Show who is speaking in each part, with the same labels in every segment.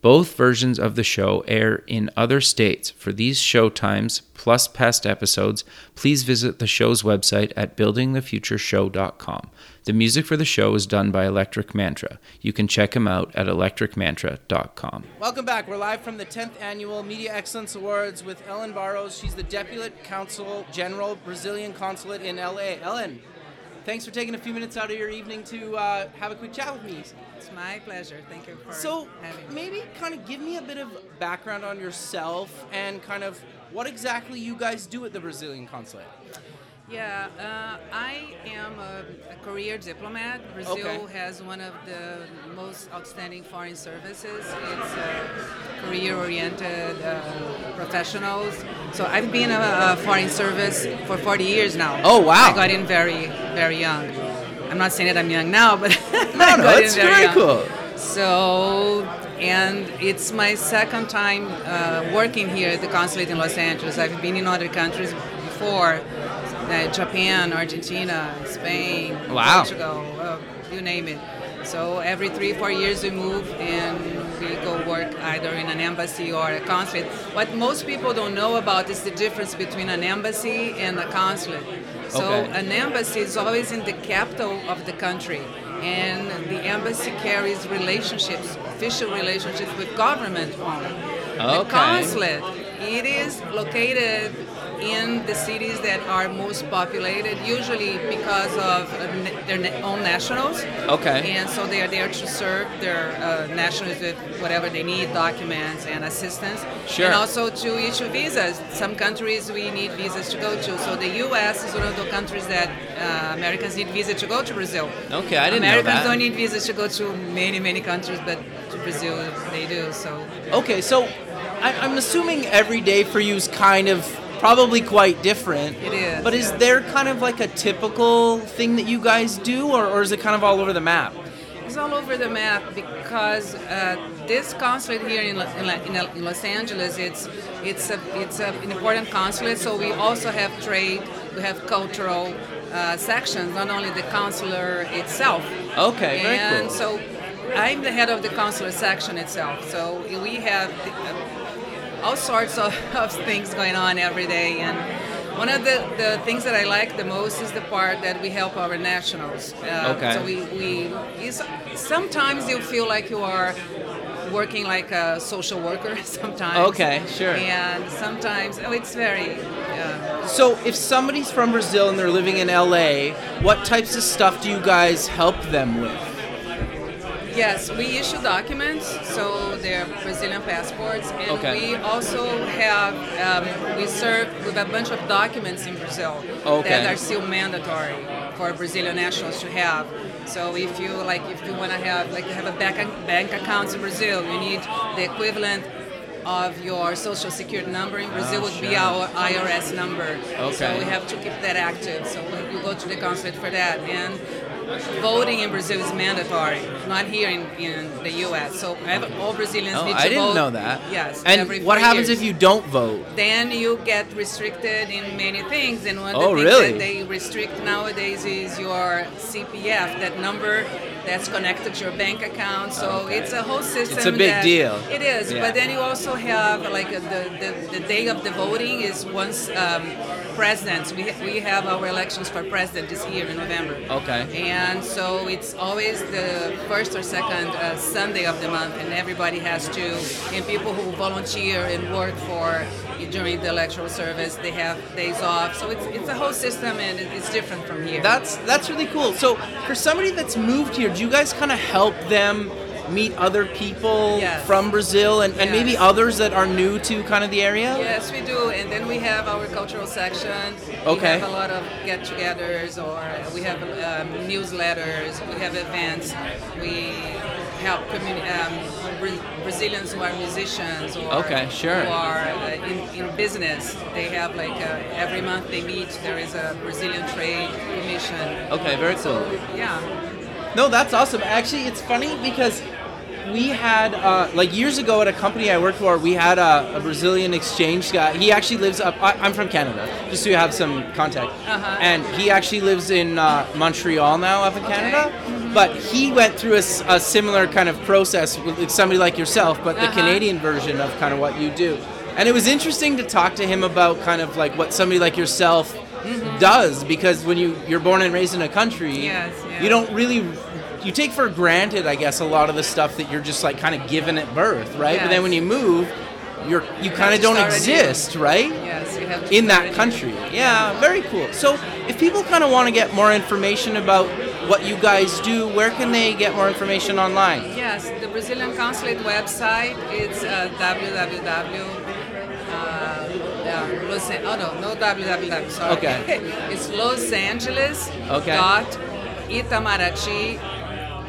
Speaker 1: Both versions of the show air in other states. For these show times plus past episodes, please visit the show's website at buildingthefutureshow.com. The music for the show is done by Electric Mantra. You can check him out at electricmantra.com.
Speaker 2: Welcome back. We're live from the 10th annual Media Excellence Awards with Ellen Barros. She's the Deputy Consul General, Brazilian Consulate in LA. Ellen, thanks for taking a few minutes out of your evening to uh, have a quick chat with me.
Speaker 3: It's my pleasure. Thank you for
Speaker 2: So,
Speaker 3: having me.
Speaker 2: maybe kind of give me a bit of background on yourself and kind of what exactly you guys do at the Brazilian Consulate.
Speaker 3: Yeah, uh, I am a, a career diplomat. Brazil
Speaker 2: Okay.
Speaker 3: has one of the most outstanding foreign services. It's uh, career-oriented uh, professionals. So I've been a, a foreign service for 40 years now.
Speaker 2: Oh, wow.
Speaker 3: I got in very, very young. I'm not saying that I'm young now, but
Speaker 2: No,
Speaker 3: I
Speaker 2: no,
Speaker 3: got
Speaker 2: it's
Speaker 3: in very,
Speaker 2: very
Speaker 3: young.
Speaker 2: cool.
Speaker 3: So, and it's my second time uh, working here at the consulate in Los Angeles. I've been in other countries before uh, Japan, Argentina, Spain,
Speaker 2: Wow.
Speaker 3: Portugal, uh, you name it. So, every three, four years we move and we go work either in an embassy or a consulate. What most people don't know about is the difference between an embassy and a consulate. So,
Speaker 2: Okay.
Speaker 3: an embassy is always in the capital of the country, and the embassy carries relationships, official relationships with government only. The
Speaker 2: Okay.
Speaker 3: consulate, it is located in the cities that are most populated, usually because of uh, na- their na- own nationals.
Speaker 2: Okay.
Speaker 3: And so they are there to serve their uh, nationals with whatever they need, documents and assistance.
Speaker 2: Sure.
Speaker 3: And also to issue visas. Some countries we need visas to go to. So the U.S. is one of the countries that uh, Americans need visa to go to Brazil.
Speaker 2: Okay, I didn't know
Speaker 3: Americans
Speaker 2: that.
Speaker 3: don't need visas to go to many, many countries, but to Brazil they do. So
Speaker 2: Okay, so I, I'm assuming every day for you is kind of probably quite different.
Speaker 3: It is,
Speaker 2: But is
Speaker 3: yeah.
Speaker 2: there kind of like a typical thing that you guys do, or, or is it kind of all over the map?
Speaker 3: It's all over the map because uh, this consulate here in, Lo- in, La- in, L- in Los Angeles, it's it's a, it's a, an important consulate. So we also have trade, we have cultural uh, sections, not only the consular itself.
Speaker 2: Okay, very
Speaker 3: and
Speaker 2: cool.
Speaker 3: so I'm the head of the consular section itself. So we have the, all sorts of, of things going on every day and one of the, the things that I like the most is the part that we help our nationals. Uh,
Speaker 2: Okay.
Speaker 3: So we, we is, sometimes you feel like you are working like a social worker sometimes.
Speaker 2: Okay, sure.
Speaker 3: And sometimes, oh, it's very, uh,
Speaker 2: So if somebody's from Brazil and they're living in LA, what types of stuff do you guys help them with?
Speaker 3: yes, we issue documents, so they're Brazilian passports. And
Speaker 2: Okay.
Speaker 3: we also have, um, we serve with a bunch of documents in Brazil
Speaker 2: Okay.
Speaker 3: that are still mandatory for Brazilian nationals to have. So if you like, if you want to have like have a bank bank account in Brazil, you need the equivalent of your social security number in Brazil would be our IRS number.
Speaker 2: Oh, Okay.
Speaker 3: So we have to keep that active. So you go to the consulate for that and. Voting in Brazil is mandatory, not here in, in the U.S. So ev- all Brazilians
Speaker 2: Oh,
Speaker 3: need to
Speaker 2: I didn't
Speaker 3: vote.
Speaker 2: know that.
Speaker 3: Yes.
Speaker 2: And
Speaker 3: every
Speaker 2: what
Speaker 3: four
Speaker 2: happens
Speaker 3: years
Speaker 2: if you don't vote?
Speaker 3: then you get restricted in many things. And one of
Speaker 2: Oh,
Speaker 3: the things
Speaker 2: really?
Speaker 3: that they restrict nowadays is your CPF, that number that's connected to your bank account. So
Speaker 2: Okay.
Speaker 3: it's a whole system.
Speaker 2: It's a big
Speaker 3: that-
Speaker 2: deal.
Speaker 3: It is.
Speaker 2: Yeah.
Speaker 3: But then you also have like uh, the, the, the day of the voting is once um, presidents. We, ha- we have our elections for president this year in November.
Speaker 2: Okay.
Speaker 3: And so it's always the first or second uh, Sunday of the month, and everybody has to. And people who volunteer and work for during the electoral service, they have days off. So it's, it's a whole system, and it- it's different from here.
Speaker 2: That's that's really cool. So for somebody that's moved here, do you guys kind of help them meet other people
Speaker 3: Yes.
Speaker 2: from Brazil and, and maybe
Speaker 3: Yes.
Speaker 2: others that are new to kind of the area?
Speaker 3: yes, we do. And then we have our cultural section. We
Speaker 2: Okay.
Speaker 3: have a lot of get-togethers, or we have um, newsletters. We have events. We help communi- um, Bra- Brazilians who are musicians or
Speaker 1: Okay, sure.
Speaker 3: who are uh, in, in business. They have like uh every month they meet. There is a Brazilian trade commission.
Speaker 1: Okay, very
Speaker 3: So
Speaker 1: cool.
Speaker 3: yeah,
Speaker 2: No, that's awesome. Actually, it's funny because we had uh, like years ago at a company I worked for, we had a, a Brazilian exchange guy. He actually lives up. I, I'm from Canada, just so you have some contact.
Speaker 3: Uh-huh.
Speaker 2: And he actually lives in uh, Montreal now, up in Canada.
Speaker 3: Mm-hmm.
Speaker 2: But he went through a, s- a similar kind of process with with somebody like yourself, but the
Speaker 3: Uh-huh.
Speaker 2: Canadian version of kind of what you do. And it was interesting to talk to him about kind of like what somebody like yourself
Speaker 3: Mm-hmm.
Speaker 2: does, because when you you're born and raised in a country,
Speaker 3: Yes, yeah.
Speaker 2: you don't really you take for granted i guess a lot of the stuff that you're just like kind of given at birth right but then
Speaker 3: Yes.
Speaker 2: when you move you're you kind of
Speaker 3: just
Speaker 2: don't
Speaker 3: start anew.
Speaker 2: exist right
Speaker 3: yes, you have to
Speaker 2: in that
Speaker 3: start
Speaker 2: country yeah very cool so if people kind of want to get more information about what you guys do where can they get more information online
Speaker 3: Yes, the Brazilian consulate website is uh, www. Uh, yeah, Los An- oh no, no www. Sorry.
Speaker 2: Okay.
Speaker 3: it's Los Angeles.
Speaker 2: Okay.
Speaker 3: Dot Itamaraty.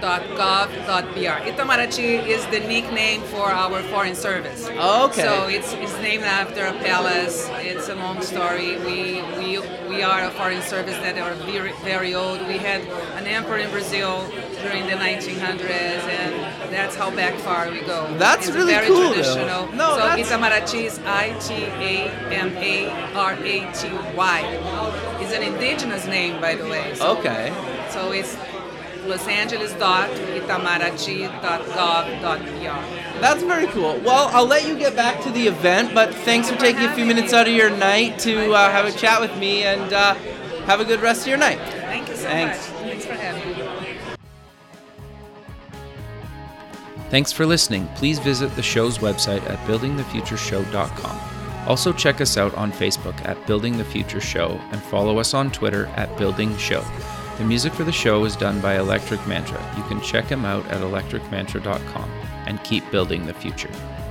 Speaker 3: Dot gov. Dot br. Itamaraty is the nickname for our foreign service.
Speaker 2: Okay.
Speaker 3: So it's, it's named after a palace. It's a long story. We we, we are a foreign service that are very, very old. We had an emperor in Brazil during the 1900s, and that's how back far we go.
Speaker 2: That's
Speaker 3: it's
Speaker 2: really
Speaker 3: very
Speaker 2: cool, though.
Speaker 3: Traditional.
Speaker 2: No,
Speaker 3: so
Speaker 2: that's-
Speaker 3: Itamaraty is I T A M A R A T Y. It's an indigenous name, by the way. So,
Speaker 2: okay
Speaker 3: so it's Los Angeles dot Itamaraty dot gov dot br.
Speaker 2: that's very cool. Well, I'll let you get back to the event, but thanks for
Speaker 3: for
Speaker 2: taking a few
Speaker 3: having
Speaker 2: minutes
Speaker 3: me.
Speaker 2: out of your night to
Speaker 3: My
Speaker 2: uh, have a
Speaker 3: pleasure.
Speaker 2: chat with me and uh, have a good rest of your night.
Speaker 3: Thank you so
Speaker 2: Thanks.
Speaker 3: much. Thanks for having me.
Speaker 1: Thanks for listening. Please visit the show's website at buildingthefutureshow.com. Also, check us out on Facebook at Building the Future Show and follow us on Twitter at Building Show. The music for the show is done by Electric Mantra. You can check him out at electricmantra.com and keep building the future.